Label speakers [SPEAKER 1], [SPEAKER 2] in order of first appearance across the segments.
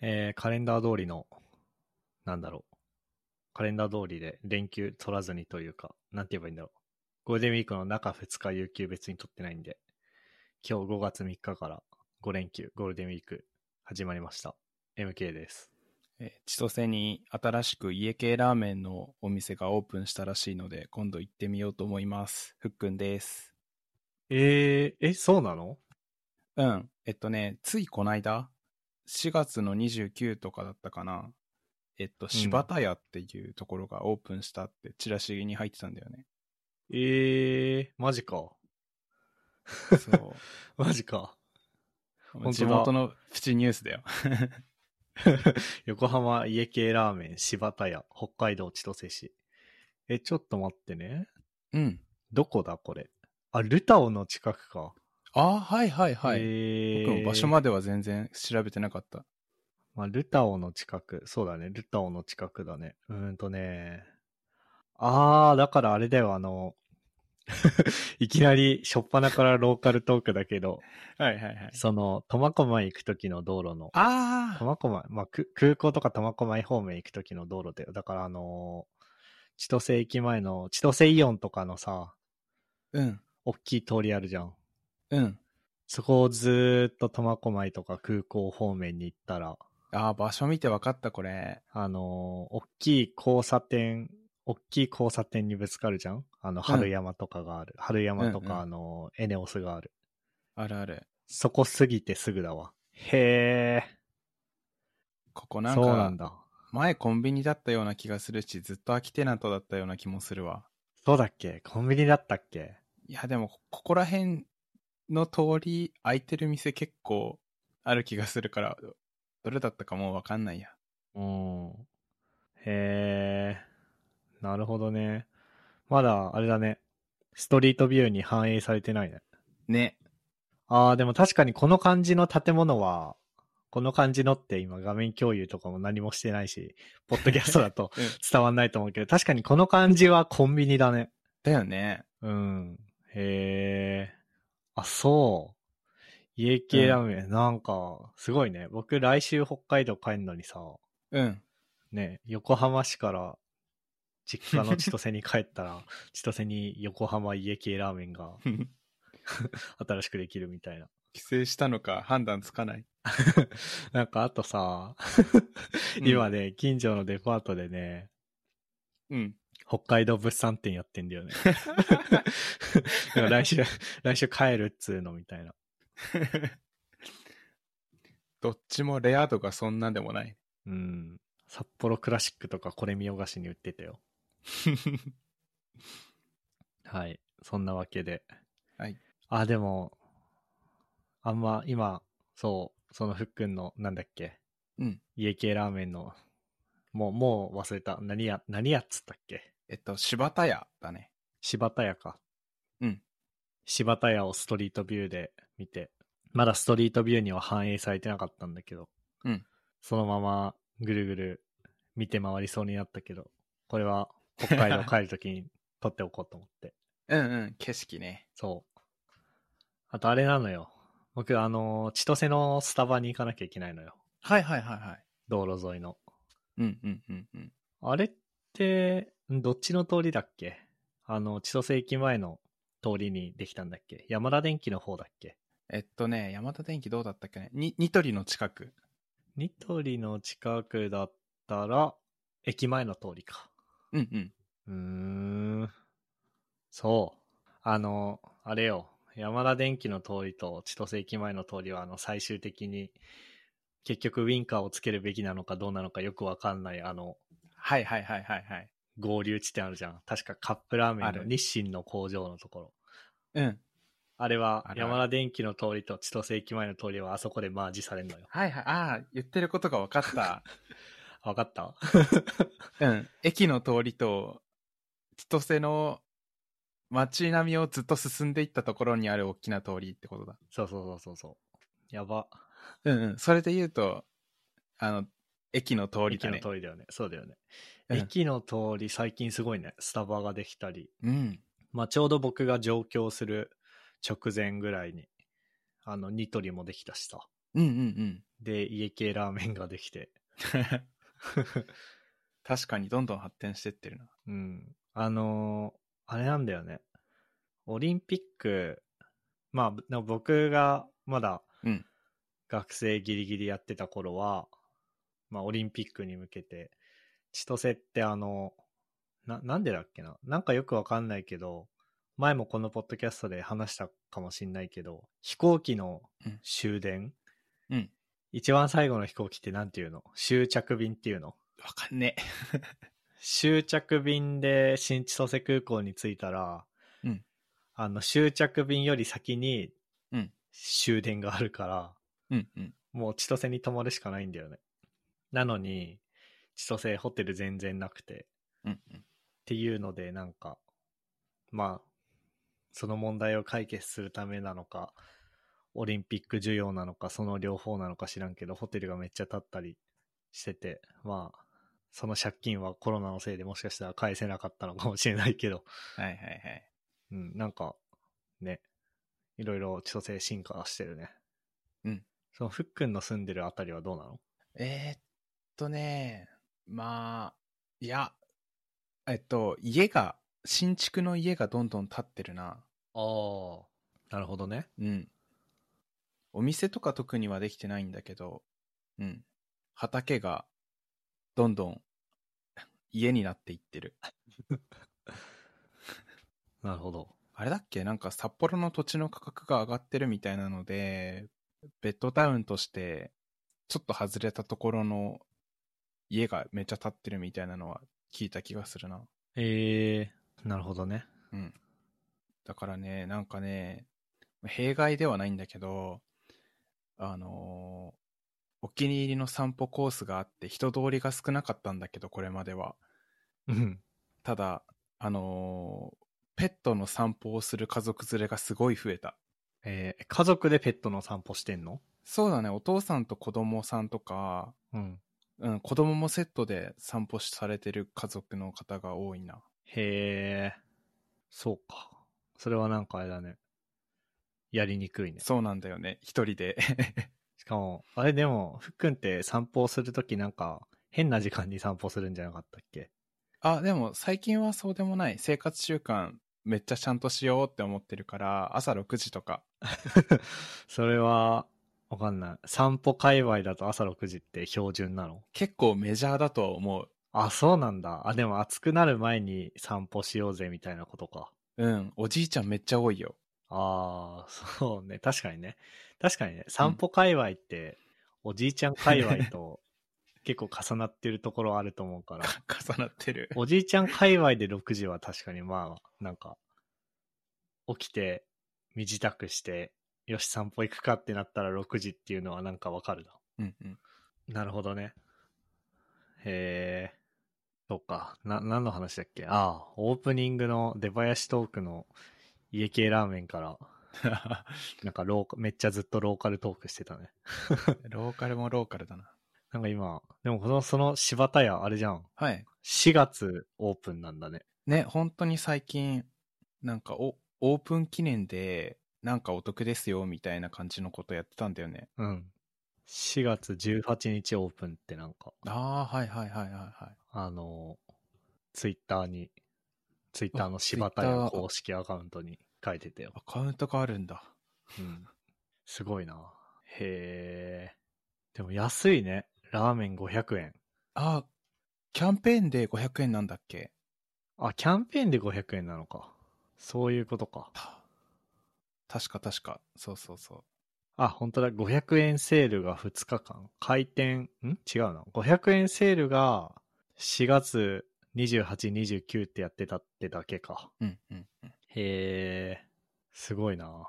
[SPEAKER 1] えーカレンダー通りの、なんだろう。カレンダー通りで連休取らずにというか、なんて言えばいいんだろう。ゴールデンウィークの中2日有給別に取ってないんで、今日5月3日から5連休、ゴールデンウィーク始まりました。MK です。
[SPEAKER 2] えー千歳に新しく家系ラーメンのお店がオープンしたらしいので、今度行ってみようと思います。ふっくんです。
[SPEAKER 1] えー、え、そうなの
[SPEAKER 2] うん。えっとね、ついこの間、4月の29とかだったかな。えっと、柴田屋っていうところがオープンしたって、チラシに入ってたんだよ ね。
[SPEAKER 1] えー、マジか。
[SPEAKER 2] そ
[SPEAKER 1] マジか。当
[SPEAKER 2] う。
[SPEAKER 1] だ
[SPEAKER 2] 地元のプチニュースだよ。
[SPEAKER 1] 横浜家系ラーメン柴田屋、北海道千歳市。え、ちょっと待ってね。
[SPEAKER 2] うん。
[SPEAKER 1] どこだこれ。あ、ルタオの近くか。
[SPEAKER 2] ああ、はいはいはい。
[SPEAKER 1] えー
[SPEAKER 2] 僕も場所までは全然調べてなかった。
[SPEAKER 1] まあ、ルタオの近く。そうだね。ルタオの近くだね。うーんとね。あー、だからあれだよ、あの、 いきなり、しょっぱなからローカルトークだけど、
[SPEAKER 2] はいはいはい。
[SPEAKER 1] その、苫小牧行く時の道路の、
[SPEAKER 2] ああ
[SPEAKER 1] 苫小牧、まあ、く空港とか苫小牧方面行く時の道路だよ。だからあのー千歳駅前の、千歳イオンとかのさ、
[SPEAKER 2] うん。
[SPEAKER 1] 大きい通りあるじゃん。
[SPEAKER 2] うん。
[SPEAKER 1] そこをずーっと苫小牧とか空港方面に行ったら、
[SPEAKER 2] ああ、場所見て分かった、これ。
[SPEAKER 1] あのー大きい交差点、大きい交差点にぶつかるじゃんあの、春山とかがある。春山とか、
[SPEAKER 2] うんうん
[SPEAKER 1] あのーエネオスがある。
[SPEAKER 2] あるある。
[SPEAKER 1] そこ過ぎてすぐだわ。へ
[SPEAKER 2] ここ
[SPEAKER 1] え、
[SPEAKER 2] なん
[SPEAKER 1] そうなん
[SPEAKER 2] か、
[SPEAKER 1] だ。
[SPEAKER 2] 前コンビニだったような気がするし、ずっと空きテナントだったような気もするわ。
[SPEAKER 1] そうだっけコンビニだったっけ
[SPEAKER 2] いや、でも、こここら辺の通り、空いてる店結構ある気がするから、どれだったかもう分かんないや。
[SPEAKER 1] うん。へえ、なるほどね。まだ、あれだね。ストリートビューに反映されてないね。
[SPEAKER 2] ね。
[SPEAKER 1] ああ、でも確かにこの感じの建物は、この感じのって今画面共有とかも何もしてないし、ポッドキャストだと
[SPEAKER 2] うん
[SPEAKER 1] 伝わんないと思うけど、確かにこの感じはコンビニだね。
[SPEAKER 2] だよね。
[SPEAKER 1] うん。へえ。あ、そう。家系ラーメン、なんか、すごいね。僕来週北海道帰るのにさ、
[SPEAKER 2] うん。
[SPEAKER 1] ね、横浜市から実家の千歳に帰った ら、千歳に横浜家系ラーメンが新しくできるみたいな。
[SPEAKER 2] 帰省したのか判断つかない。
[SPEAKER 1] なんかあとさ、
[SPEAKER 2] うん
[SPEAKER 1] 今ね、近所のデパートでね、
[SPEAKER 2] うん。
[SPEAKER 1] 北海道物産展やってんだよ ね。だから来週、来週帰るっつうのみたいな。
[SPEAKER 2] どっちもレア度がそんなでもない。
[SPEAKER 1] うん。札幌クラシックとかこれ見よがしに売ってた よ。はい。そんなわけで。
[SPEAKER 2] はい。
[SPEAKER 1] あ、でも、あんま今、そう、そのふっくんの、なんだっけ、
[SPEAKER 2] うん。
[SPEAKER 1] 家系ラーメンの、もう、もう忘れた。何や、何やっつったっけ
[SPEAKER 2] えっと、柴田屋だね。
[SPEAKER 1] 柴田屋か。
[SPEAKER 2] うん。
[SPEAKER 1] 柴田屋をストリートビューで見て、まだストリートビューには反映されてなかったんだけど、
[SPEAKER 2] うん。
[SPEAKER 1] そのままぐるぐる見て回りそうになったけど、これは北海道帰るときに撮っておこうと思 って。
[SPEAKER 2] うんうん、景色ね。
[SPEAKER 1] そう。あとあれなのよ。僕、あのー、千歳のスタバに行かなきゃいけないのよ。
[SPEAKER 2] はいはいはいはい。
[SPEAKER 1] 道路沿いの。
[SPEAKER 2] うんうんうんうん。
[SPEAKER 1] あれって、んどっちの通りだっけあの、千歳駅前の通りにできたんだっけ山田電機の方だっけ
[SPEAKER 2] えっとね、山田電機どうだったっけねに、ニトリの近く。
[SPEAKER 1] ニトリの近くだったら、駅前の通りか。
[SPEAKER 2] うんうん。
[SPEAKER 1] うーん。そう。あの、あれよ。山田電機の通りと千歳駅前の通りは、あの、最終的に、結局ウィンカーをつけるべきなのかどうなのかよくわかんない、あの、
[SPEAKER 2] はいはいはいはいはい。
[SPEAKER 1] 合流地点あるじゃん。確かカップラーメ
[SPEAKER 2] あ
[SPEAKER 1] ンの
[SPEAKER 2] る
[SPEAKER 1] 日清の工場のところ。
[SPEAKER 2] うん。
[SPEAKER 1] あれは
[SPEAKER 2] あ、るある
[SPEAKER 1] 山田電機の通りと千歳駅前の通りは、あそこでマージされんのよ。
[SPEAKER 2] はいはい。ああ、言ってることが分 かった。
[SPEAKER 1] わかった
[SPEAKER 2] うん。駅の通りと、千歳の街並みをずっと進んでいったところにある大きな通りってことだ。
[SPEAKER 1] そうそうそうそうそう。やば。
[SPEAKER 2] うんうん。それで言うと、あの、駅の通り
[SPEAKER 1] 駅
[SPEAKER 2] だ
[SPEAKER 1] の
[SPEAKER 2] ね。
[SPEAKER 1] 通りだよね。そうだよね。
[SPEAKER 2] うん
[SPEAKER 1] 駅の通り、最近すごいね。スタバができたり。
[SPEAKER 2] うん。
[SPEAKER 1] まあ、ちょうど僕が上京する直前ぐらいに、あの、ニトリもできたしさ。
[SPEAKER 2] うんうんうん。
[SPEAKER 1] で、家系ラーメンができて。
[SPEAKER 2] 確かにどんどん発展してってるな。
[SPEAKER 1] うん。あのーあれなんだよね。オリンピック、まあぶ、な僕がまだ
[SPEAKER 2] うん
[SPEAKER 1] 学生ギリギリやってた頃は、まあ、オリンピックに向けて、千歳ってあの、な、なんでだっけななんかよくわかんないけど、前もこのポッドキャストで話したかもしんないけど、飛行機の
[SPEAKER 2] うん
[SPEAKER 1] 終電、
[SPEAKER 2] うん
[SPEAKER 1] 一番最後の飛行機ってなんていうの終着便っていうの
[SPEAKER 2] わかんねえ。
[SPEAKER 1] 終着便で新千歳空港に着いたら、
[SPEAKER 2] うん
[SPEAKER 1] あの終着便より先に
[SPEAKER 2] うん
[SPEAKER 1] 終電があるから、
[SPEAKER 2] うんうん。
[SPEAKER 1] もう千歳に泊まるしかないんだよね。なのに、千歳ホテル全然なくて、
[SPEAKER 2] うんうん。
[SPEAKER 1] っていうので、なんか、まあ、その問題を解決するためなのか、オリンピック需要なのか、その両方なのか知らんけど、ホテルがめっちゃ建ったりしてて、まあ、その借金はコロナのせいでもしかしたら返せなかったのかもしれないけど、
[SPEAKER 2] はいはいはい。
[SPEAKER 1] うん、なんか、ね、いろいろ千歳進化してるね。
[SPEAKER 2] うん。
[SPEAKER 1] その、ふっくんの住んでるあたりはどうなの
[SPEAKER 2] えーっとね、まあ、いや、えっと、家が、新築の家がどんどん建ってるな。
[SPEAKER 1] ああ、なるほどね。
[SPEAKER 2] うん。お店とか特にはできてないんだけど、うん。畑が、どんどん、家になっていってる。
[SPEAKER 1] なるほど。
[SPEAKER 2] あれだっけなんか札幌の土地の価格が上がってるみたいなので、ベッドタウンとして、ちょっと外れたところの家がめっちゃ建ってるみたいなのは聞いた気がするな。
[SPEAKER 1] えー、なるほどね。
[SPEAKER 2] うん。だからね、なんかね、弊害ではないんだけど、あのーお気に入りの散歩コースがあって人通りが少なかったんだけど、これまでは。
[SPEAKER 1] うん。
[SPEAKER 2] ただ、あのーペットの散歩をする家族連れがすごい増えた。
[SPEAKER 1] えー家族でペットの散歩してんの
[SPEAKER 2] そうだね、お父さんと子供さんとか、
[SPEAKER 1] うん。
[SPEAKER 2] うん、子供もセットで散歩されてる家族の方が多いな。
[SPEAKER 1] へえ、そうか。それはなんかあれだね。やりにくいね。
[SPEAKER 2] そうなんだよね、一人で。
[SPEAKER 1] しかも、あれでも、ふっくんって散歩をするときなんか、変な時間に散歩するんじゃなかったっけ
[SPEAKER 2] あ、でも最近はそうでもない。生活習慣めっちゃちゃんとしようって思ってるから、朝6時とか。
[SPEAKER 1] それは、わかんない。散歩界隈だと朝6時って標準なの
[SPEAKER 2] 結構メジャーだとは思う。
[SPEAKER 1] あ、そうなんだ。あ、でも暑くなる前に散歩しようぜみたいなことか。
[SPEAKER 2] うん、おじいちゃんめっちゃ多いよ。
[SPEAKER 1] ああ、 そうね。確かにね。確かにね。散歩界隈って、おじいちゃん界隈 と結構重なってるところあると思うから。
[SPEAKER 2] か重なってる。
[SPEAKER 1] おじいちゃん界隈で6時は確かにまあ、なんか、起きて、身支度して、よし散歩行くかってなったら6時っていうのはなんかわかるな。
[SPEAKER 2] うんうん。
[SPEAKER 1] なるほどね。へえ、そっか。な、何の話だっけああ、オープニングの出囃子トークの家系ラーメンから、なんかローカめっちゃずっとローカルトークしてたね。
[SPEAKER 2] ローカルもローカルだな。
[SPEAKER 1] なんか今、でもこの、その柴田屋、あれじゃん。
[SPEAKER 2] はい。
[SPEAKER 1] 4月オープンなんだね。
[SPEAKER 2] ね、本当に最近、なんかお、オープン記念で、なんかお得ですよ、みたいな感じのことやってたんだよね。
[SPEAKER 1] うん。4月18日オープンってなんか、
[SPEAKER 2] ああ、はいはいはいはいはい。
[SPEAKER 1] あの、ツイッターに、ツイッターの柴田
[SPEAKER 2] ツイッ
[SPEAKER 1] 屋
[SPEAKER 2] ター
[SPEAKER 1] 公式アカウントに書いてたよ。
[SPEAKER 2] アカウントがあるんだ。
[SPEAKER 1] うん。すごいな。へえ。でも安いね。ラーメン500円。
[SPEAKER 2] あーキャンペーンで500円なんだっけ
[SPEAKER 1] あ、キャンペーンで500円なのか。そういうことか。
[SPEAKER 2] 確か確か。そうそうそ
[SPEAKER 1] あ、本当だ。500円セールが2日間。開店、ん違うな。500円セールが4月28、29ってやってたってだけか。
[SPEAKER 2] う。うんうんうん。
[SPEAKER 1] へえ、すごいな。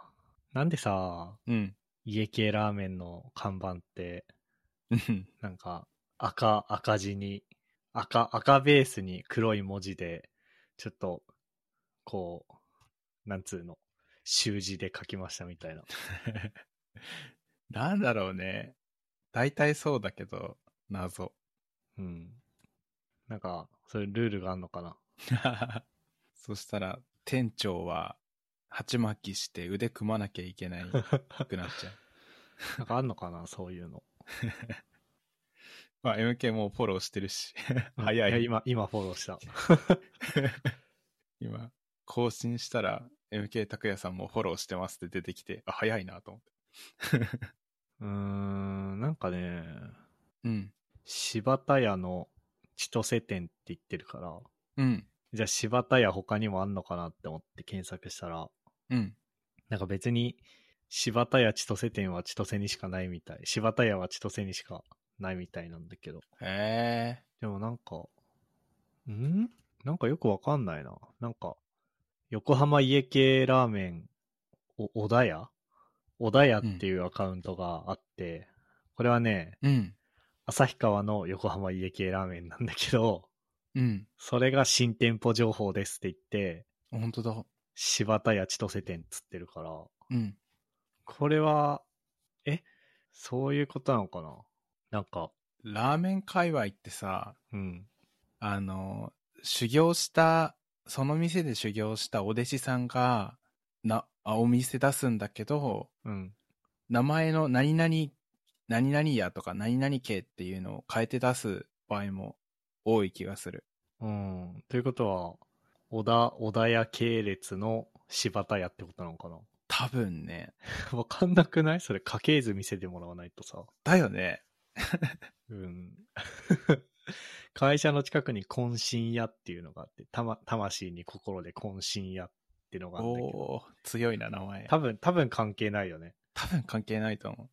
[SPEAKER 1] なんでさ、
[SPEAKER 2] うん。
[SPEAKER 1] 家系ラーメンの看板って、
[SPEAKER 2] うん
[SPEAKER 1] なんか、赤、赤字に、赤、赤ベースに黒い文字で、ちょっと、こう、なんつうの、習字で書きましたみたいな。
[SPEAKER 2] なんだろうね。大体そうだけど、 謎。
[SPEAKER 1] うん。なんか、そういうルールがあるのかな。
[SPEAKER 2] そしたら、店長は、鉢 巻きして腕組まなきゃいけないくなっちゃう。
[SPEAKER 1] なんかあんのかな、そういうの。
[SPEAKER 2] まあ、MK もうフォローしてるし、
[SPEAKER 1] い
[SPEAKER 2] 早
[SPEAKER 1] や、
[SPEAKER 2] い。
[SPEAKER 1] 今、今フォローした。
[SPEAKER 2] 今、更新したら、MK 拓也さんもフォローしてますって出てきて、あ、早いなと思って。
[SPEAKER 1] うーん、なんかね、
[SPEAKER 2] うん。
[SPEAKER 1] 柴田屋の千歳店って言ってるから、
[SPEAKER 2] うん。
[SPEAKER 1] じゃあ柴田屋他にもあんのかなって思って検索したら、
[SPEAKER 2] うん。
[SPEAKER 1] なんか別に柴田屋千歳店は千歳にしかないみたい。柴田屋は千歳にしかないみたいなんだけど。
[SPEAKER 2] へえ。
[SPEAKER 1] でもなんか、んなんかよくわかんないな。なんか、横浜家系ラーメン、お、小田屋小田屋っていうアカウントがあって、これはね、
[SPEAKER 2] うん。
[SPEAKER 1] 旭川の横浜家系ラーメンなんだけど、
[SPEAKER 2] うん。
[SPEAKER 1] それが新店舗情報ですって言って、
[SPEAKER 2] 本当だ。
[SPEAKER 1] 柴田屋千歳店っつってるから、
[SPEAKER 2] うん。
[SPEAKER 1] これは、えそういうことなのかななんか、
[SPEAKER 2] ラーメン界隈ってさ、
[SPEAKER 1] うん。
[SPEAKER 2] あの、修行した、その店で修行したお弟子さんが、な、あお店出すんだけど、
[SPEAKER 1] うん。
[SPEAKER 2] 名前の何々、何々屋とか何々系っていうのを変えて出す場合も多い気がする。
[SPEAKER 1] うん。ということは、小田、小田屋系列の柴田屋ってことなの かな
[SPEAKER 2] 多分ね。
[SPEAKER 1] わかんなくないそれ家系図見せてもらわないとさ。
[SPEAKER 2] だよね。
[SPEAKER 1] うん。 会社の近くに渾身屋っていうのがあって、たま、魂に心で渾身屋っていうのがあるんだけど、
[SPEAKER 2] おー、強いな、名前。
[SPEAKER 1] 多分、多分関係ないよね。
[SPEAKER 2] 多分関係ないと思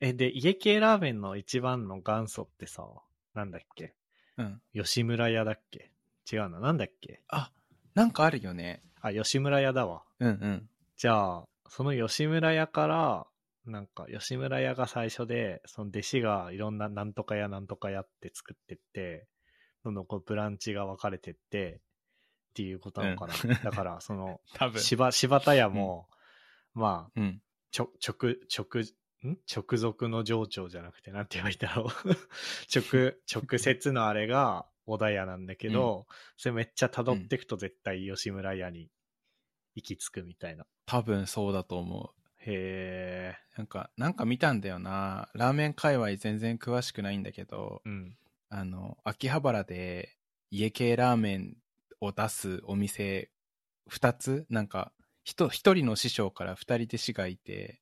[SPEAKER 1] え、で、家系ラーメンの一番の元祖ってさ、なんだっけ
[SPEAKER 2] う。うん。
[SPEAKER 1] 吉村屋だっけ違うな、なんだっけ
[SPEAKER 2] あ、なんかあるよね。
[SPEAKER 1] あ、吉村屋だわ。
[SPEAKER 2] うんうん。
[SPEAKER 1] じゃあ、その吉村屋から、なんか、吉村屋が最初で、その弟子がいろんななんとか屋なんとか屋って作ってって、どんどんこうブランチが分かれてって、っていうことなのかな。
[SPEAKER 2] うん
[SPEAKER 1] だから、そ の、
[SPEAKER 2] 多分。
[SPEAKER 1] 柴、柴田屋も、まあ、
[SPEAKER 2] うん。
[SPEAKER 1] ちょ、直、直、ん直属の上長じゃなくて、なんて言えばいいんだろう。 直、直接のあれが小田屋なんだけど、それめっちゃ辿っていくと絶対吉村屋に行き着くみたいな。
[SPEAKER 2] 多分そうだと思う。
[SPEAKER 1] へえ。
[SPEAKER 2] なんか、なんか見たんだよな。ラーメン界隈全然詳しくないんだけど、
[SPEAKER 1] うん。
[SPEAKER 2] あの、秋葉原で家系ラーメンを出すお店2つなんか、一一人の師匠から2人弟子がいて、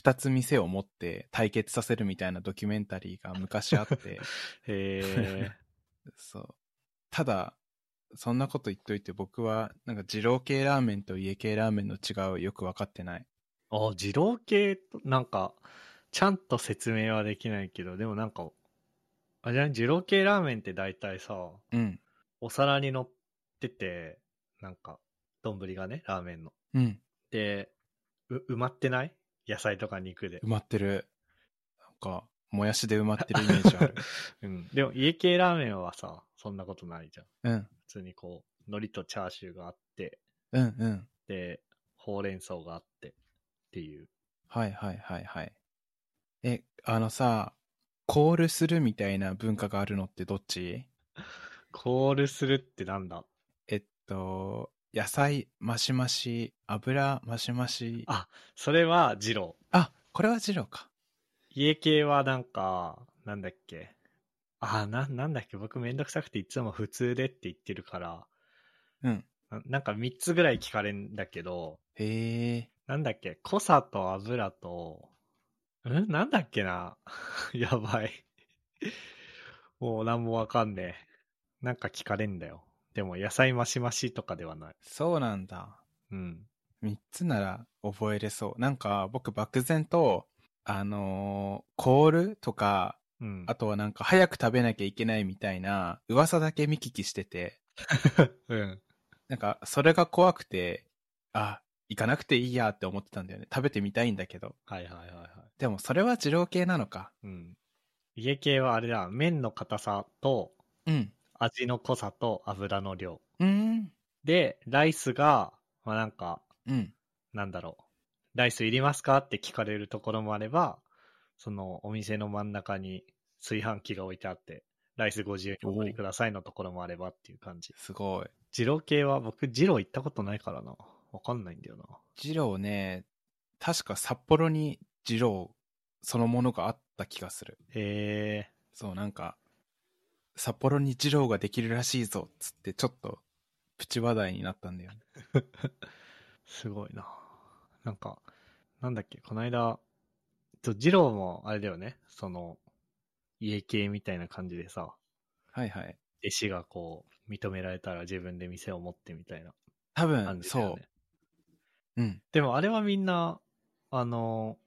[SPEAKER 2] 2つ店を持って対決させるみたいなドキュメンタリーが昔あって、
[SPEAKER 1] へえ。
[SPEAKER 2] そう。ただ、そんなこと言っといて僕は、なんか二郎系ラーメンと家系ラーメンの違いをよく分かってない。
[SPEAKER 1] あ、二郎系と、なんか、ちゃんと説明はできないけど、でもなんか、あれじゃない二郎系ラーメンって大体さ、
[SPEAKER 2] うん。
[SPEAKER 1] お皿に乗ってて、なんか、丼がね、ラーメンの。
[SPEAKER 2] うん。
[SPEAKER 1] で、う、埋まってない野菜とか肉で
[SPEAKER 2] 埋。まってる。なんか、もやしで埋まってるイメージある。
[SPEAKER 1] うん。でも家系ラーメンはさ、そんなことないじゃん。
[SPEAKER 2] うん。
[SPEAKER 1] 普通にこう、海苔とチャーシューがあって、
[SPEAKER 2] うんうん。
[SPEAKER 1] で、ほうれん草があって、っていう。
[SPEAKER 2] はいはいはいはい。え、あのさ、コールするみたいな文化があるのってどっち
[SPEAKER 1] コールするってなんだ
[SPEAKER 2] えっと、野菜マシマシ、油マシマシ。
[SPEAKER 1] あそれは二郎。
[SPEAKER 2] あ、これは二郎か。
[SPEAKER 1] 家系はなんか、なんだっけ。あ、な、なんだっけ。僕めんどくさくていつも普通でって言ってるから、
[SPEAKER 2] うん。
[SPEAKER 1] ななんか3つぐらい聞かれんだけど、
[SPEAKER 2] へえ。
[SPEAKER 1] なんだっけ、濃さと油と、んなんだっけな やばい。もうなんもわかんねえ。なんか聞かれんだよ。でも野菜マシマシとかではない。
[SPEAKER 2] そうなんだ。
[SPEAKER 1] うん。
[SPEAKER 2] 三つなら覚えれそう。なんか僕漠然と、あのーコールとか、
[SPEAKER 1] うん。
[SPEAKER 2] あとはなんか早く食べなきゃいけないみたいな噂だけ見聞きしてて、
[SPEAKER 1] うん。
[SPEAKER 2] なんか、それが怖くて、あ、行かなくていいやって思ってたんだよね。食べてみたいんだけど。
[SPEAKER 1] はいはいはいはい。
[SPEAKER 2] でも、それは二郎系なのか。
[SPEAKER 1] うん。家系はあれだ、麺の硬さと
[SPEAKER 2] うん。
[SPEAKER 1] 味の濃さと油の量。
[SPEAKER 2] うーん。
[SPEAKER 1] で、ライスが、まあなんか、
[SPEAKER 2] うん。
[SPEAKER 1] なんだろう、ライスいりますかって聞かれるところもあれば、そのお店の真ん中に炊飯器が置いてあって、ライス50円お取りくださいのところもあればっていう感じ。
[SPEAKER 2] すごい。
[SPEAKER 1] 二郎系は僕、二郎行ったことないからな。わかんないんだよな。
[SPEAKER 2] 二郎ね、確か札幌に二郎そのものがあっった気がする。
[SPEAKER 1] え
[SPEAKER 2] そう、なんか、札幌に二郎ができるらしいぞ、つって、ちょっと、プチ話題になったんだよね。
[SPEAKER 1] ー、すごいな。なんか、なんだっけ、この間、ちょ、ジローもあれだよね、その、家系みたいな感じでさ、
[SPEAKER 2] はいはい。
[SPEAKER 1] 弟子がこう、認められたら自分で店を持ってみたいな
[SPEAKER 2] 多
[SPEAKER 1] 感
[SPEAKER 2] 分、
[SPEAKER 1] じだよね。
[SPEAKER 2] そう。うん。
[SPEAKER 1] でもあれはみんな、あの、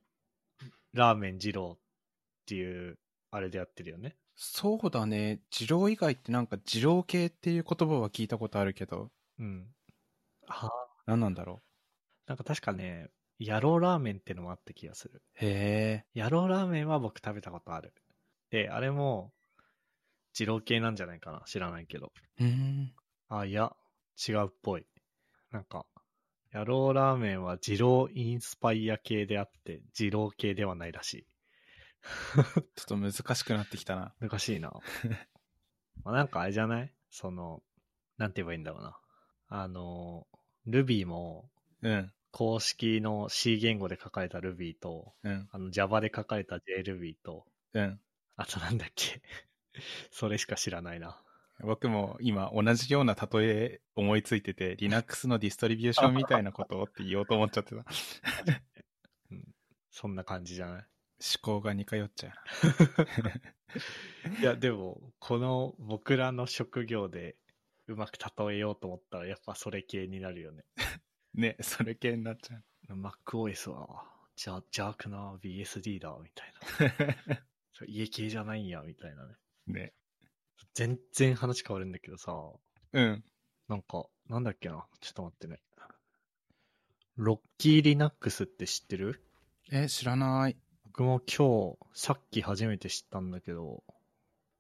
[SPEAKER 1] ラーメン二郎っていう、あれでやってるよね。
[SPEAKER 2] そうだね。二郎以外ってなんか二郎系っていう言葉は聞いたことあるけど、
[SPEAKER 1] うん。は
[SPEAKER 2] 何なんだろ
[SPEAKER 1] なんか確かね、野郎ラーメンってのもあった気がする。
[SPEAKER 2] う。へえ。
[SPEAKER 1] 野郎ラーメンは僕食べたことある。で、あれも、二郎系なんじゃないかな知らないけど。
[SPEAKER 2] うーん。
[SPEAKER 1] あ、いや、違うっぽい。なんか、野郎ラーメンは二郎インスパイア系であって、二郎系ではないらし
[SPEAKER 2] ちょっと難しくなってきたな。
[SPEAKER 1] い。難しいな。まあなんかあれじゃないその、なんて言えばいいんだろうな。あの、Ruby も、
[SPEAKER 2] うん。
[SPEAKER 1] 公式の C 言語で書かれた Ruby と、
[SPEAKER 2] うん。
[SPEAKER 1] あの Java で書かれた JRuby と、
[SPEAKER 2] うん。
[SPEAKER 1] あとなんだっけ それしか知らないな。
[SPEAKER 2] 僕も今同じような例え思いついてて、Linux のディストリビューションみたいなことをって言おうと思っちゃってた。思
[SPEAKER 1] そんな感じじゃない
[SPEAKER 2] 考が似通っちゃうな。
[SPEAKER 1] いや、でも、この僕らの職業でうまく例えようと思ったら、やっぱそれ系になるよね。
[SPEAKER 2] ね、それ系になっちゃう。
[SPEAKER 1] MacOS は、じゃ、邪悪な BSD だ、みたいな。それ家系じゃないんや、みたいなね。
[SPEAKER 2] ね。
[SPEAKER 1] 全然話変わるんだけどさ、
[SPEAKER 2] うん。
[SPEAKER 1] なんか、なんだっけな。ちょっと待ってね。ロッキーリナックスって知ってる
[SPEAKER 2] え、知らない。
[SPEAKER 1] 僕も今日、さっき初めて知ったんだけど、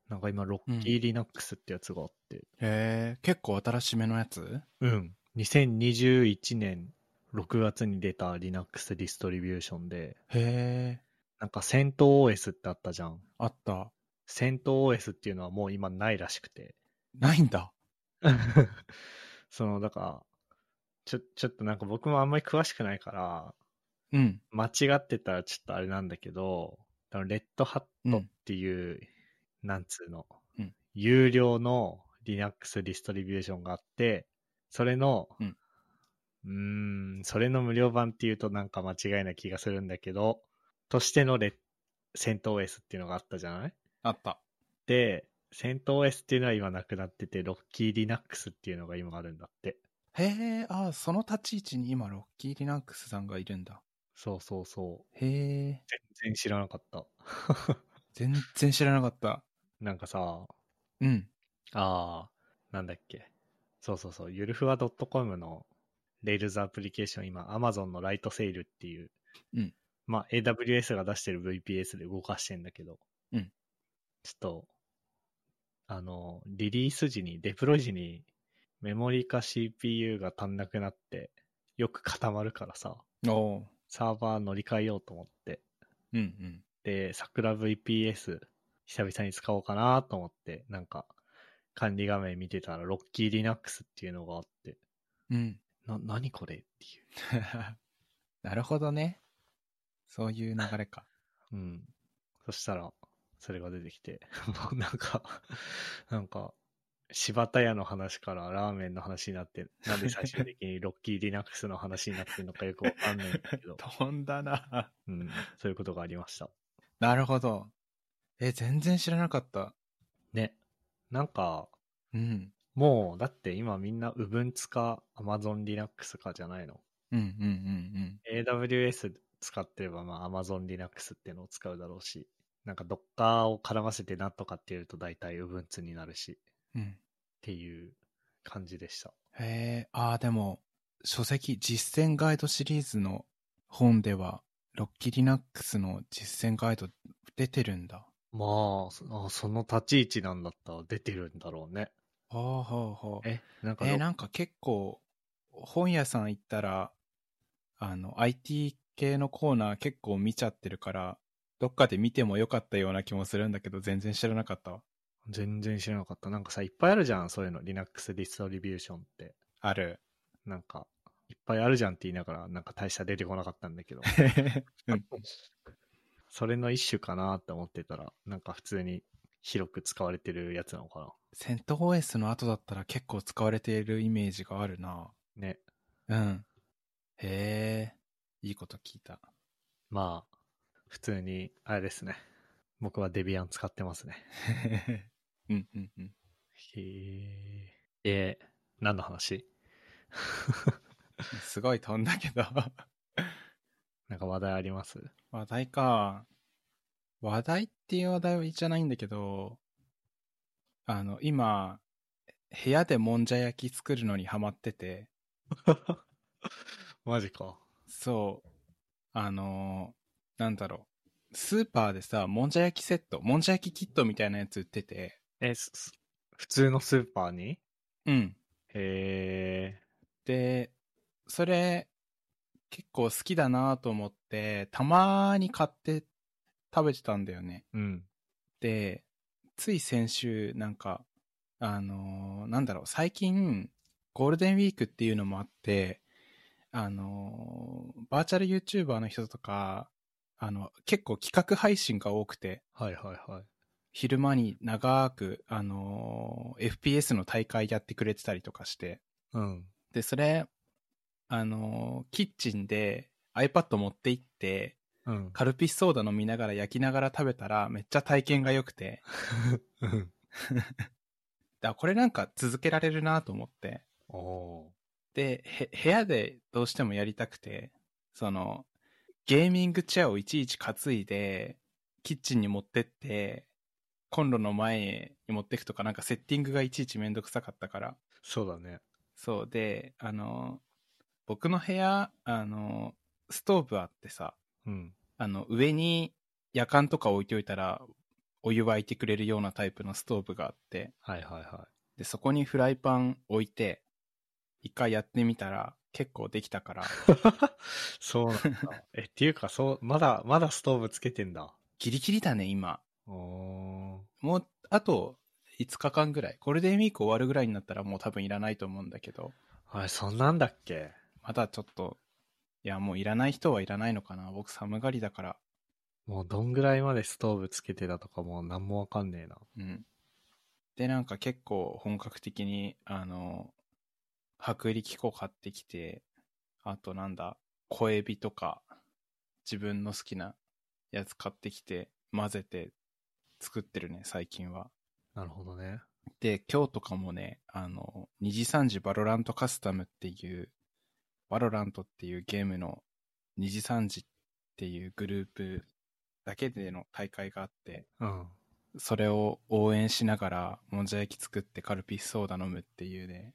[SPEAKER 1] なんか今、ロッキーリナックスってやつがあって、
[SPEAKER 2] へえ、結構新しめのやつ
[SPEAKER 1] うん。2021年6月に出た Linux ディストリビューションで、
[SPEAKER 2] へえ、
[SPEAKER 1] なんか戦闘 OS ってあったじゃん。
[SPEAKER 2] あった。
[SPEAKER 1] 戦闘 OS っていうのはもう今ないらしくて。
[SPEAKER 2] ないんだ。
[SPEAKER 1] その、だから、ちょ、ちょっとなんか僕もあんまり詳しくないから、
[SPEAKER 2] うん。
[SPEAKER 1] 間違ってたらちょっとあれなんだけど、多分レッドハッ
[SPEAKER 2] う
[SPEAKER 1] トっ
[SPEAKER 2] ん
[SPEAKER 1] ていう、なんつうの、
[SPEAKER 2] うん
[SPEAKER 1] 有料の Linux ディストリビューションがあって、それの、
[SPEAKER 2] うん
[SPEAKER 1] うーんそれの無料版っていうとなんか間違いな気がするんだけど、としてのレッ戦闘 OS っていうのがあったじゃない
[SPEAKER 2] あった。
[SPEAKER 1] で、戦闘 OS っていうのは今なくなってて、ロッキー Linux っていうのが今あるんだって。
[SPEAKER 2] へえ、あその立ち位置に今、ロッキー・リナックスさんがいるんだ。
[SPEAKER 1] そうそうそう。
[SPEAKER 2] へ え、
[SPEAKER 1] 全然知らなかった。
[SPEAKER 2] 全然知らなかった。
[SPEAKER 1] なんかさ、
[SPEAKER 2] うん。
[SPEAKER 1] ああ、なんだっけ。そうそうそう。ゆるふわ .com の Rails アプリケーション、今、Amazon のライトセールっていう、
[SPEAKER 2] うん
[SPEAKER 1] まあ、AWS が出してる VPS で動かしてんだけど、
[SPEAKER 2] うん
[SPEAKER 1] ちょっと、あの、リリース時に、デプロイ時に、メモリか CPU が足んなくなって、よく固まるからさ、
[SPEAKER 2] おお
[SPEAKER 1] サーバー乗り換えようと思って、
[SPEAKER 2] ー。うんうん。
[SPEAKER 1] で、桜 VPS 久々に使おうかなと思って、なんか管理画面見てたらロッキー Linux っていうのがあって、
[SPEAKER 2] うん。
[SPEAKER 1] な、何これってい
[SPEAKER 2] なるほどね。そういう流れか。
[SPEAKER 1] う。うん。そしたら、それが出てきて、 もうなんか、 なんか、柴田屋の話からラーメンの話になって、なんで最終的にロッキー Linux の話になってるのかよくわかんないんだけ ど、
[SPEAKER 2] 飛んだな。
[SPEAKER 1] うん、そういうことがありました。
[SPEAKER 2] なるほど。え、全然知らなかった。
[SPEAKER 1] ね。なんか、
[SPEAKER 2] うん。
[SPEAKER 1] もう、だって今みんな Ubuntu か Amazon Linux かじゃないの
[SPEAKER 2] うんうんうん
[SPEAKER 1] AWS 使ってれば、まあ、Amazon Linux っていうのを使うだろうし、なんか Docker を絡ませてなんとかっていうと大体 Ubuntu になるし、っ
[SPEAKER 2] うん。うん。
[SPEAKER 1] ていう感じでした。
[SPEAKER 2] へえ、ああ、でも、書籍実践ガイドシリーズの本では、ロッキー Linux の実践ガイド出てるんだ。
[SPEAKER 1] まあ、そあその立ち位置なんだったら出てるんだろうね。
[SPEAKER 2] はあはあはあ。
[SPEAKER 1] え、なんか
[SPEAKER 2] え
[SPEAKER 1] ど
[SPEAKER 2] ー、なんか結構、本屋さん行ったら、あの、IT 系のコーナー結構見ちゃってるから、どっかで見てもよかったような気もするんだけど、全然知らなかったわ。
[SPEAKER 1] 全然知らなかった。なんかさ、いっぱいあるじゃん、そういうの。Linux ディストリビューションって。
[SPEAKER 2] ある。
[SPEAKER 1] なんか、 いっぱいあるじゃんって言いながら、なんか大した出てこなかったんだけど。
[SPEAKER 2] うん
[SPEAKER 1] それの一種かなって思ってたら、なんか普通に広く使われてるやつなのか
[SPEAKER 2] セント OS の後だったら結構使われているイメージがあるな。
[SPEAKER 1] な。ね。
[SPEAKER 2] うん。へえ、いいこと聞いた。
[SPEAKER 1] まあ、普通に、あれですね。僕はデビアン使ってますね。
[SPEAKER 2] うんうんうん。
[SPEAKER 1] へえ。えー、何の話
[SPEAKER 2] すごい飛んだけど。
[SPEAKER 1] なんか話題あります
[SPEAKER 2] 話題か。話題っていう話題じゃないんだけど、あの、今、部屋でもんじゃ焼き作るのにハマってて、
[SPEAKER 1] マジか。
[SPEAKER 2] そう、あの、なんだろう。スーパーでさ、もんじゃ焼きセット、もんじゃ焼きキットみたいなやつ売ってて、
[SPEAKER 1] え、すす普通のスーパーに
[SPEAKER 2] うん。
[SPEAKER 1] へえ。
[SPEAKER 2] で、それ、結構好きだなと思って、たまーに買って食べてたんだよね。
[SPEAKER 1] うん。
[SPEAKER 2] で、つい先週、なんか、あのーなんだろう、最近、ゴールデンウィークっていうのもあって、あのーバーチャル YouTuber の人とか、あの、結構企画配信が多くて、
[SPEAKER 1] はいはいはい。
[SPEAKER 2] 昼間に長く、あのー FPS の大会やってくれてたりとかして、
[SPEAKER 1] うん。
[SPEAKER 2] で、それ、あのーキッチンで iPad 持って行って、
[SPEAKER 1] うん。
[SPEAKER 2] カルピスソーダ飲みながら焼きながら食べたらめっちゃ体験が良くて、
[SPEAKER 1] うん。
[SPEAKER 2] だこれなんか続けられるなと思って。
[SPEAKER 1] おお
[SPEAKER 2] で、へ部屋でどうしてもやりたくて、その、ゲーミングチェアをいちいち担いで、キッチンに持ってって、コンロの前に持ってくとか、なんかセッティングがいちいちめんどくさかったから、
[SPEAKER 1] ー。そうだね。
[SPEAKER 2] そうで、あの、僕の部屋、あの、ストーブあってさ、
[SPEAKER 1] うん。
[SPEAKER 2] あの、上に夜間とか置いておいたら、お湯沸いてくれるようなタイプのストーブがあって、
[SPEAKER 1] はいはいは
[SPEAKER 2] で、そこにフライパン置いて、一回やってみたら、結構できたから、
[SPEAKER 1] い。そうなん だ。え、っていうか、そう、まだ、まだストーブつけてんだ。
[SPEAKER 2] ギリギリだね、今。
[SPEAKER 1] おお
[SPEAKER 2] もう、あと、5日間ぐらい。ゴールデンウィーク終わるぐらいになったらもう多分いらないと思うんだけど、
[SPEAKER 1] ー。あれ、そんなんだっけ
[SPEAKER 2] まだちょっと、いや、もういらない人はいらないのかな。僕寒がりだから、
[SPEAKER 1] もうどんぐらいまでストーブつけてたとかもう何もわかんねえな。
[SPEAKER 2] うん。で、なんか結構本格的に、あの、薄力粉買ってきて、あとなんだ、小エビとか、自分の好きなやつ買ってきて、混ぜて作ってるね、最近は。
[SPEAKER 1] なるほどね。
[SPEAKER 2] で、今日とかもね、あの、2次3次バロラントカスタムっていう、バロラントっていうゲームの2次3次っていうグループだけでの大会があって、
[SPEAKER 1] うん。
[SPEAKER 2] それを応援しながら、もんじゃ焼き作ってカルピスソーダ飲むっていうね、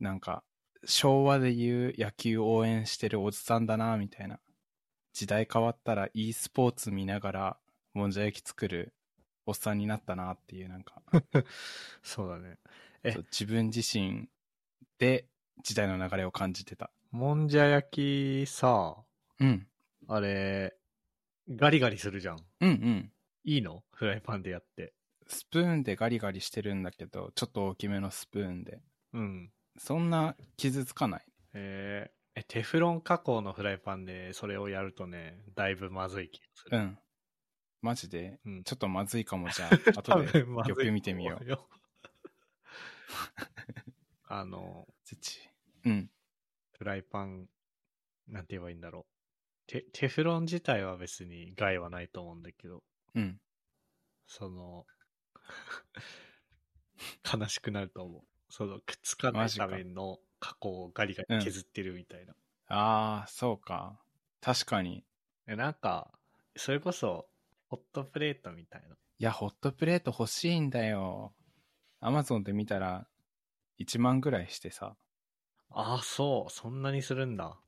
[SPEAKER 2] なんか、昭和で言う野球応援してるおじさんだな、みたいな。時代変わったら e スポーツ見ながら、もんじゃ焼き作るおっさんになったな、っていう、なんか、
[SPEAKER 1] そうだね。え
[SPEAKER 2] そう自分自身で時代の流れを感じてた。
[SPEAKER 1] もんじゃ焼きさ、
[SPEAKER 2] うん。
[SPEAKER 1] あれ、ガリガリするじゃん。
[SPEAKER 2] うんうん。
[SPEAKER 1] いいのフライパンでやって。
[SPEAKER 2] スプーンでガリガリしてるんだけど、ちょっと大きめのスプーンで。
[SPEAKER 1] うん。
[SPEAKER 2] そんな傷つかない。
[SPEAKER 1] えーえ、テフロン加工のフライパンでそれをやるとね、だいぶまずい気がす
[SPEAKER 2] う
[SPEAKER 1] る。
[SPEAKER 2] ん。マジで
[SPEAKER 1] うん。
[SPEAKER 2] ちょっとまずいかもじゃあ、後で。
[SPEAKER 1] ま
[SPEAKER 2] よく見てみよ
[SPEAKER 1] うよ。 あの、
[SPEAKER 2] 土。うん。
[SPEAKER 1] フライパン、なんて言えばいいんだろう。テテフロン自体は別に害はないと思うんだけど、
[SPEAKER 2] うん。
[SPEAKER 1] その、 悲しくなると思う。その、くっつかな
[SPEAKER 2] マ
[SPEAKER 1] い
[SPEAKER 2] ジか
[SPEAKER 1] ための加工をガリガリ削ってるみたいな。
[SPEAKER 2] ああ、そうか。確かに。
[SPEAKER 1] えなんか、それこそ、ホットプレートみたいな。
[SPEAKER 2] いや、ホットプレート欲しいんだよ。アマゾンで見たら、1万ぐらいしてさ。
[SPEAKER 1] ああ、そう、そんなにするんだ。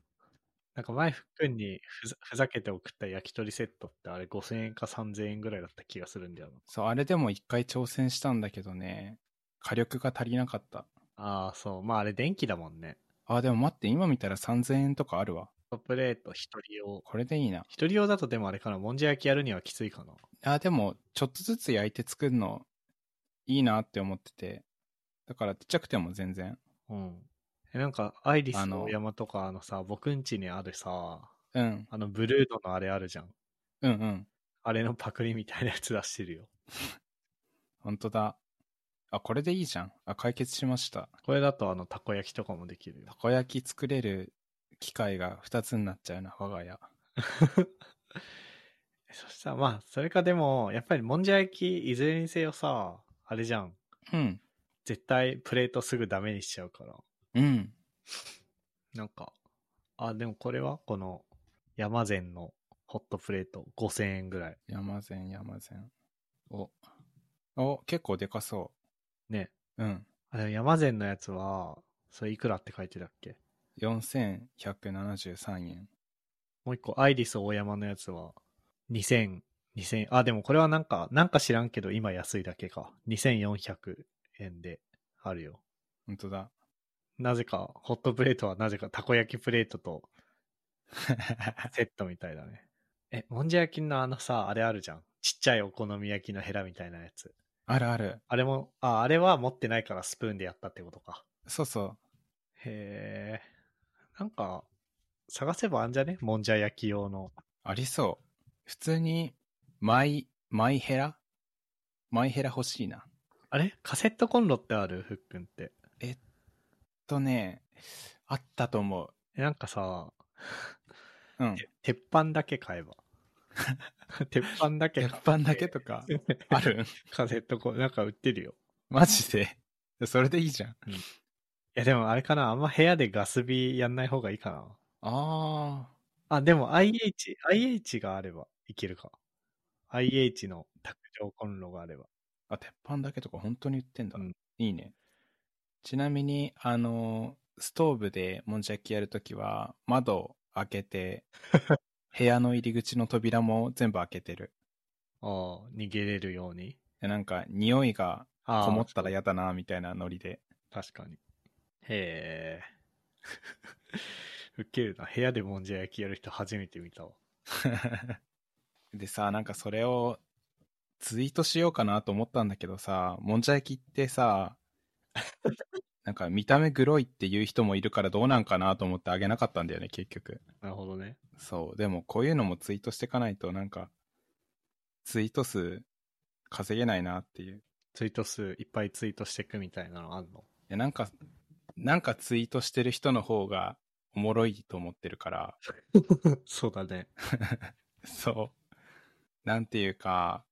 [SPEAKER 1] なんか前、ふっくんにふざふざけて送った焼き鳥セットってあれ5000円か3000円ぐらいだった気がするんだよな。
[SPEAKER 2] そう、あれでも一回挑戦したんだけどね。火力が足りなかった。
[SPEAKER 1] ああ、そう。まああれ電気だもんね。
[SPEAKER 2] ああ、でも待って、今見たら3000円とかあるわ。
[SPEAKER 1] ホットプレート一人用。
[SPEAKER 2] これでいいな。
[SPEAKER 1] 一人用だとでもあれかな、もんじゃ焼きやるにはきついかな。
[SPEAKER 2] ああ、でも、ちょっとずつ焼いて作るの、いいなって思ってて。だから、ちっちゃくても全然。
[SPEAKER 1] うん。え、なんか、アイリス
[SPEAKER 2] あの
[SPEAKER 1] の山とか、あのさ、僕ん家にあるさ、
[SPEAKER 2] うん。
[SPEAKER 1] あの、ブルードのあれあるじゃん。
[SPEAKER 2] うんうん。
[SPEAKER 1] あれのパクリみたいなやつ出してるよ。
[SPEAKER 2] 本当だ。あ、これでいいじゃん。あ、解決しました。
[SPEAKER 1] これだとあの、たこ焼きとかもできるよ
[SPEAKER 2] た。こ焼き作れる機械が2つになっちゃうな、我が家。
[SPEAKER 1] そしたらまあ、それかでも、やっぱりもんじゃ焼き、いずれにせよさ、あれじゃん。
[SPEAKER 2] うん。
[SPEAKER 1] 絶対プレートすぐダメにしちゃうから。
[SPEAKER 2] うん。
[SPEAKER 1] なんか、あ、でもこれはこの、山善のホットプレート5000円ぐらい。
[SPEAKER 2] 山善、山善。お。お、結構でかそ
[SPEAKER 1] ね。
[SPEAKER 2] う。うん。
[SPEAKER 1] あ、でも山善のやつは、それいくらって書いてたっけ
[SPEAKER 2] 4173円。
[SPEAKER 1] もう一個、アイリス大山のやつは、2000、2000、あ、でもこれはなんか、なんか知らんけど今安いだけか。2400円であるよ。
[SPEAKER 2] 本当だ。
[SPEAKER 1] なぜか、ホットプレートはなぜかたこ焼きプレートとセットみたいだね。え、もんじゃ焼きのあのさ、あれあるじゃん。ちっちゃいお好み焼きのヘラみたいなやつ。
[SPEAKER 2] あるある。
[SPEAKER 1] あれも、あ、あれは持ってないからスプーンでやったってことか。
[SPEAKER 2] そうそ
[SPEAKER 1] へえ。なんか、探せばあんじゃねもんじゃ焼き用の。
[SPEAKER 2] う。ありそう。普通に、マイ、マイヘラマイヘラ欲しいな。
[SPEAKER 1] あれカセットコンロってあるふっくんって。
[SPEAKER 2] とね、あったと思う。
[SPEAKER 1] えなんかさ、
[SPEAKER 2] うん。
[SPEAKER 1] 鉄板だけ買えば。 鉄板だけ買
[SPEAKER 2] 鉄
[SPEAKER 1] って
[SPEAKER 2] 板だけとか、ある
[SPEAKER 1] カセットコンロ、なんか売ってるよ。
[SPEAKER 2] マジで。 それでいいじゃん。
[SPEAKER 1] いやでもあれかなあんま部屋でガス火やんない方がいいかな
[SPEAKER 2] あ
[SPEAKER 1] あ、でも IH、IH があればいけるか。IH の卓上コンロがあれば。
[SPEAKER 2] ーあ、鉄板だけとか本当に売ってんだ。
[SPEAKER 1] うん
[SPEAKER 2] いいね。ちなみに、あの、ストーブでもんじゃ焼きやるときは、窓を開け て、部屋の入り口の扉も全部開けてる。
[SPEAKER 1] ああ、逃げれるように。
[SPEAKER 2] でなんか、匂いが
[SPEAKER 1] ああ、
[SPEAKER 2] こもったら嫌だな、みたいなノリで。
[SPEAKER 1] 確かに。へえ。 ウケるな。部屋でもんじゃ焼きやる人初めて見たわ。
[SPEAKER 2] でさ、なんかそれをツイートしようかなと思ったんだけどさ、もんじゃ焼きってさ、なんか見た目グロいっていう人もいるからどうなんかなと思ってあげなかったんだよね、結局。
[SPEAKER 1] なるほどね。
[SPEAKER 2] そう。でもこういうのもツイートしていかないとなんか、ツイート数稼げないなっていう。
[SPEAKER 1] ツイート数いっぱいツイートしてくみたいなのあん の
[SPEAKER 2] いや、なんか、なんかツイートしてる人の方がおもろいと思ってるから、
[SPEAKER 1] そうだね。
[SPEAKER 2] そう。なんていうか、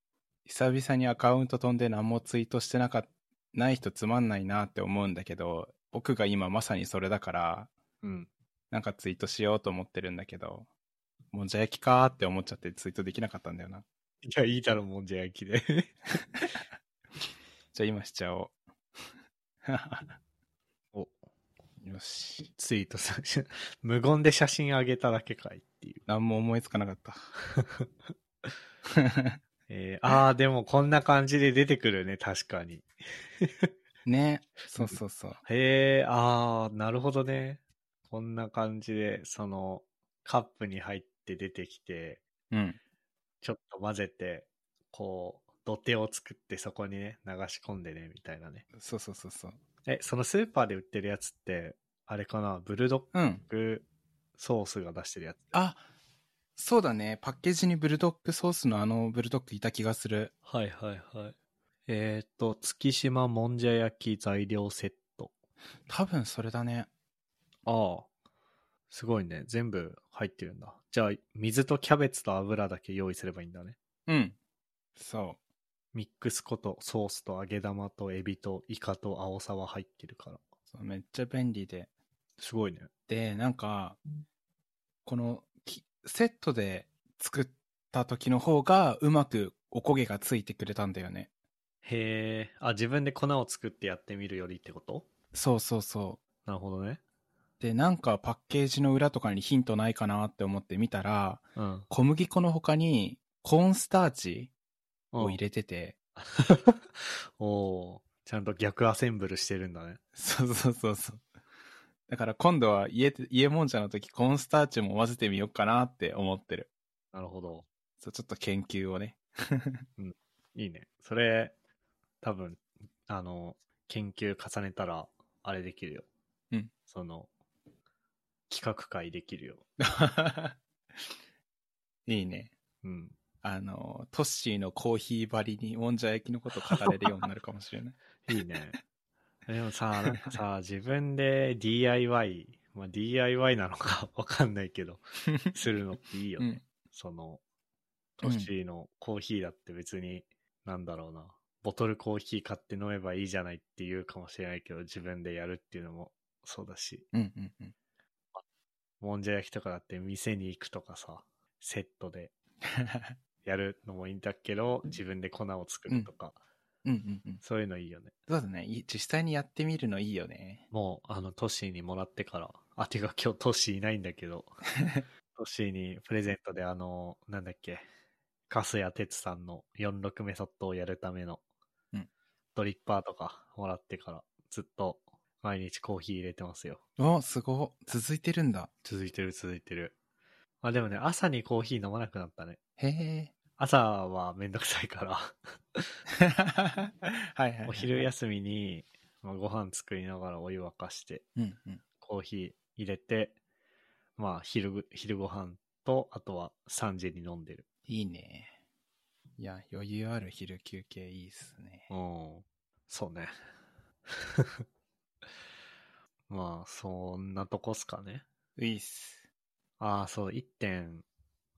[SPEAKER 2] 久々にアカウント飛んで何もツイートしてなかっない人つまんないなって思うんだけど、僕が今まさにそれだから、
[SPEAKER 1] うん。
[SPEAKER 2] なんかツイートしようと思ってるんだけど、もんじゃ焼きかーって思っちゃってツイートできなかったんだよな。
[SPEAKER 1] いや、いいだろ、もんじゃ焼きで。
[SPEAKER 2] じゃあ今しちゃおう。
[SPEAKER 1] お
[SPEAKER 2] よし。
[SPEAKER 1] ツイートさ、 無言で写真あげただけかいっていう。
[SPEAKER 2] 何も思いつかなかった。
[SPEAKER 1] えー、ああ、でもこんな感じで出てくるね、確かに。
[SPEAKER 2] ね。そうそうそう。
[SPEAKER 1] へえ、ああ、なるほどね。こんな感じで、その、カップに入って出てきて、
[SPEAKER 2] うん。
[SPEAKER 1] ちょっと混ぜて、こう、土手を作ってそこにね、流し込んでね、みたいなね。
[SPEAKER 2] そうそうそうそう。
[SPEAKER 1] え、そのスーパーで売ってるやつって、あれかな、ブルドッ
[SPEAKER 2] うん。
[SPEAKER 1] グソースが出してるやつ。
[SPEAKER 2] あ、そうだね。パッケージにブルドックソースのあのブルドックいた気がする。
[SPEAKER 1] はいはいはい。えっ、と、月島もんじゃ焼き材料セット。
[SPEAKER 2] 多分それだね。
[SPEAKER 1] ああ。すごいね。全部入ってるんだ。じゃあ、水とキャベツと油だけ用意すればいいんだね。
[SPEAKER 2] うん。そ
[SPEAKER 1] ミックス粉とソースと揚げ玉とエビとイカと青さは入ってるから。
[SPEAKER 2] うそう。めっちゃ便利で。
[SPEAKER 1] すごいね。
[SPEAKER 2] で、なんか、このきセットで作った時の方がうまくおこげがついてくれたんだよね。
[SPEAKER 1] へえ。あ、自分で粉を作ってやってみるよりってこと
[SPEAKER 2] そうそうそ
[SPEAKER 1] なるほどね。
[SPEAKER 2] う。で、なんかパッケージの裏とかにヒントないかなって思って見たら、
[SPEAKER 1] うん。
[SPEAKER 2] 小麦粉の他にコーンスターチを入
[SPEAKER 1] れ。
[SPEAKER 2] れてて、
[SPEAKER 1] おおー。ちゃんと逆アセンブルしてるんだね。
[SPEAKER 2] そうそうそうそう。だから今度は家で、家もんじゃの時コーンスターチも混ぜてみようかなって思ってる。
[SPEAKER 1] なるほど。
[SPEAKER 2] そう、ちょっと研究をね。
[SPEAKER 1] いいね。それ、多分、あの、研究重ねたら、あれできるよ。
[SPEAKER 2] うん。
[SPEAKER 1] その、企画会できるよ。
[SPEAKER 2] いいね。
[SPEAKER 1] うん。
[SPEAKER 2] あの、トッシーのコーヒーばりにもんじゃ焼きのこと語れるようになるかもしれない。
[SPEAKER 1] いいね。でもさ、なんかさ、自分で DIY、まあ、DIY なのか わかんないけど、するのっていいよね。
[SPEAKER 2] うん
[SPEAKER 1] その、
[SPEAKER 2] う
[SPEAKER 1] ト
[SPEAKER 2] ん
[SPEAKER 1] ッシーのコーヒーだって別に、なんだろうな、ボトルコーヒー買って飲めばいいじゃないって言うかもしれないけど、自分でやるっていうのもそうだし、
[SPEAKER 2] うんうんうん。
[SPEAKER 1] もんじゃ焼きとかだって店に行くとかさ、セットでやるのもいいんだけど、自分で粉を作るとか、
[SPEAKER 2] うんうんうん。
[SPEAKER 1] そういうのいいよね。
[SPEAKER 2] そうだね。い実際にやってみるのいいよね。
[SPEAKER 1] もう、あの、トッシーにもらってから、あ、てか今日トッシーいないんだけど、トッシーにプレゼントであの、なんだっけ、カスヤ哲さんの46メソッドをやるための
[SPEAKER 2] うん、
[SPEAKER 1] ドリッパーとかもらってから、ずっと毎日コーヒー入れてますよ。
[SPEAKER 2] お、すごっ。続いてるんだ。
[SPEAKER 1] 続いてる続いてる。まあでもね、朝にコーヒー飲まなくなったね。
[SPEAKER 2] へえ。
[SPEAKER 1] 朝はめんどくさいから。
[SPEAKER 2] はいはいはい。
[SPEAKER 1] お昼休みに、まあ、ご飯作りながらお湯沸かして、
[SPEAKER 2] うんうん。
[SPEAKER 1] コーヒー入れて、まあ、昼ぐ、昼ご飯と、あとは3時に飲んでる。
[SPEAKER 2] いいね。いや、余裕ある昼休憩いいっすね。
[SPEAKER 1] うん。そうね。 まあ、そんなとこっすかね。
[SPEAKER 2] ういっす。
[SPEAKER 1] ああ、そう、一点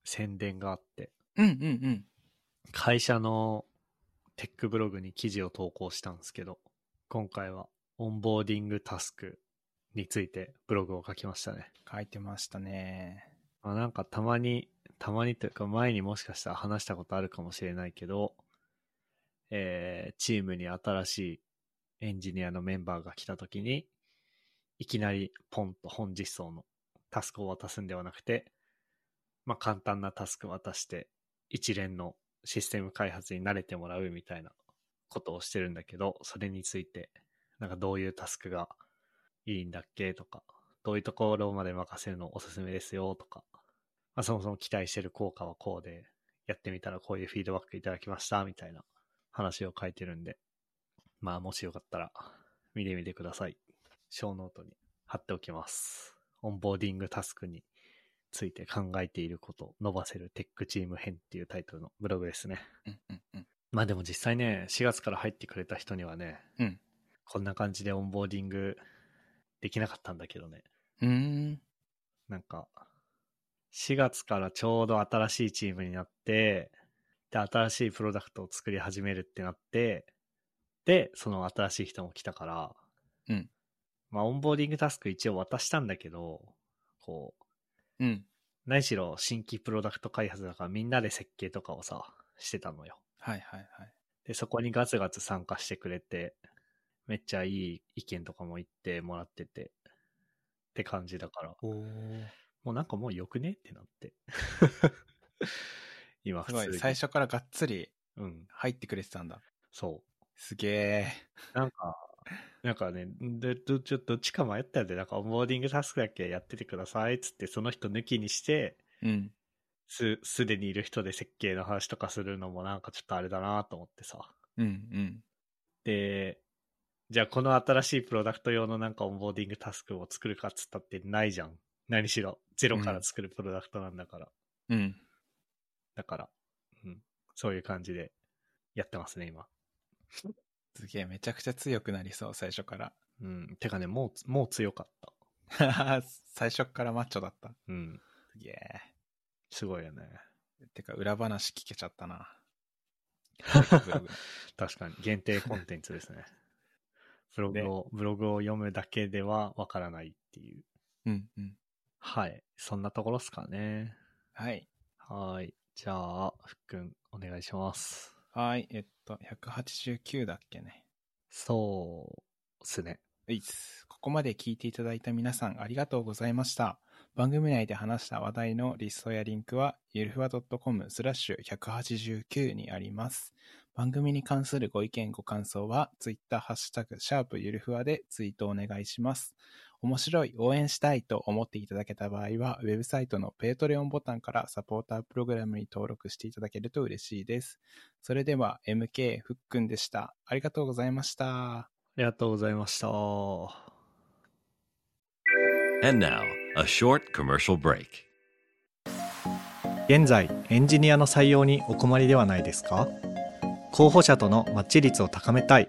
[SPEAKER 1] 宣伝があって、
[SPEAKER 2] うんうんうん。
[SPEAKER 1] 会社のテックブログに記事を投稿したんですけど、今回はオンボーディングタスクについてブログを書きましたね。
[SPEAKER 2] 書いてましたね。
[SPEAKER 1] まあ、なんかたまに、たまにというか前にもしかしたら話したことあるかもしれないけど、えーチームに新しいエンジニアのメンバーが来た時に、いきなりポンと本実装のタスクを渡すんではなくて、まあ簡単なタスク渡して、一連のシステム開発に慣れてもらうみたいなことをしてるんだけど、それについて、なんかどういうタスクがいいんだっけとか、どういうところまで任せるのおすすめですよとか、まあ、そもそも期待してる効果はこうで、やってみたらこういうフィードバックいただきましたみたいな話を書いてるんで、まあもしよかったら見てみてください。小ノートに貼っておきます。オンボーディングタスクについて考えていること、伸ばせるテックチーム編っていうタイトルのブログですね。
[SPEAKER 2] うんうんうん。
[SPEAKER 1] まあでも実際ね、4月から入ってくれた人にはね、
[SPEAKER 2] うん
[SPEAKER 1] こんな感じでオンボーディングできなかったんだけどね。
[SPEAKER 2] うーん。
[SPEAKER 1] なんか、4月からちょうど新しいチームになって、で、新しいプロダクトを作り始めるってなって、で、その新しい人も来たから、
[SPEAKER 2] うん。
[SPEAKER 1] まあ、オンボーディングタスク一応渡したんだけど、こう、
[SPEAKER 2] うん。
[SPEAKER 1] 何しろ新規プロダクト開発だからみんなで設計とかをさ、してたのよ。
[SPEAKER 2] はいはいはい。
[SPEAKER 1] で、そこにガツガツ参加してくれて、めっちゃいい意見とかも言ってもらってて、って感じだから、
[SPEAKER 2] おー。
[SPEAKER 1] もうなんかもうよくねってなって。 今普
[SPEAKER 2] す
[SPEAKER 1] 通に
[SPEAKER 2] ごい。最初からがっつり
[SPEAKER 1] うん、
[SPEAKER 2] 入ってくれてたんだ。
[SPEAKER 1] そ
[SPEAKER 2] すげえ。
[SPEAKER 1] う。なんか、なんかね、でどちょどっちか迷ったんで、なんかオンボーディングタスクだけやっててくださいっつって、その人抜きにして、
[SPEAKER 2] うん。
[SPEAKER 1] す、すでにいる人で設計の話とかするのもなんかちょっとあれだなと思ってさ。
[SPEAKER 2] うんうん。
[SPEAKER 1] で、じゃあこの新しいプロダクト用のなんかオンボーディングタスクを作るかっつったってないじゃん。何しろ、ゼロから作るプロダクトなんだから。
[SPEAKER 2] うん。
[SPEAKER 1] だから、うん、そういう感じでやってますね、今。
[SPEAKER 2] すげえ。めちゃくちゃ強くなりそう、最初 から。
[SPEAKER 1] うん。てかね、もう、もう強かった。
[SPEAKER 2] 最初からマッチョだった。
[SPEAKER 1] うん。
[SPEAKER 2] すげえ。
[SPEAKER 1] すごいよね。
[SPEAKER 2] てか、裏話聞けちゃった な。ブログ
[SPEAKER 1] 確かに、限定コンテンツですね。ブログ
[SPEAKER 2] ね
[SPEAKER 1] を、ブログを読むだけではわからないっていう。
[SPEAKER 2] うんうん。
[SPEAKER 1] はい。そんなところっすかね。
[SPEAKER 2] はい。
[SPEAKER 1] はい。じゃあ、ふっくん、お願いします。
[SPEAKER 2] はい、えっと、189だっけね。
[SPEAKER 1] そうっすね。
[SPEAKER 2] ういっすここまで聞いていただいた皆さんありがとうございました。番組内で話した話題のリストやリンクは、ゆるふわ .com スラッシュ189にあります。番組に関するご意見、ご感想は、ツイッターハッシュタグ、シャープゆるふわでツイートお願いします。面白い、応援したいと思っていただけた場合は、ウェブサイトのペイトレオンボタンからサポータープログラムに登録していただけると嬉しいです。それでは、MK ふっくんでした。ありがとうございました。
[SPEAKER 1] ありがとうございました。
[SPEAKER 3] And now, a short commercial break.
[SPEAKER 1] 現在エンジニアの採用にお困りではないですか候補者とのマッチ率を高めたい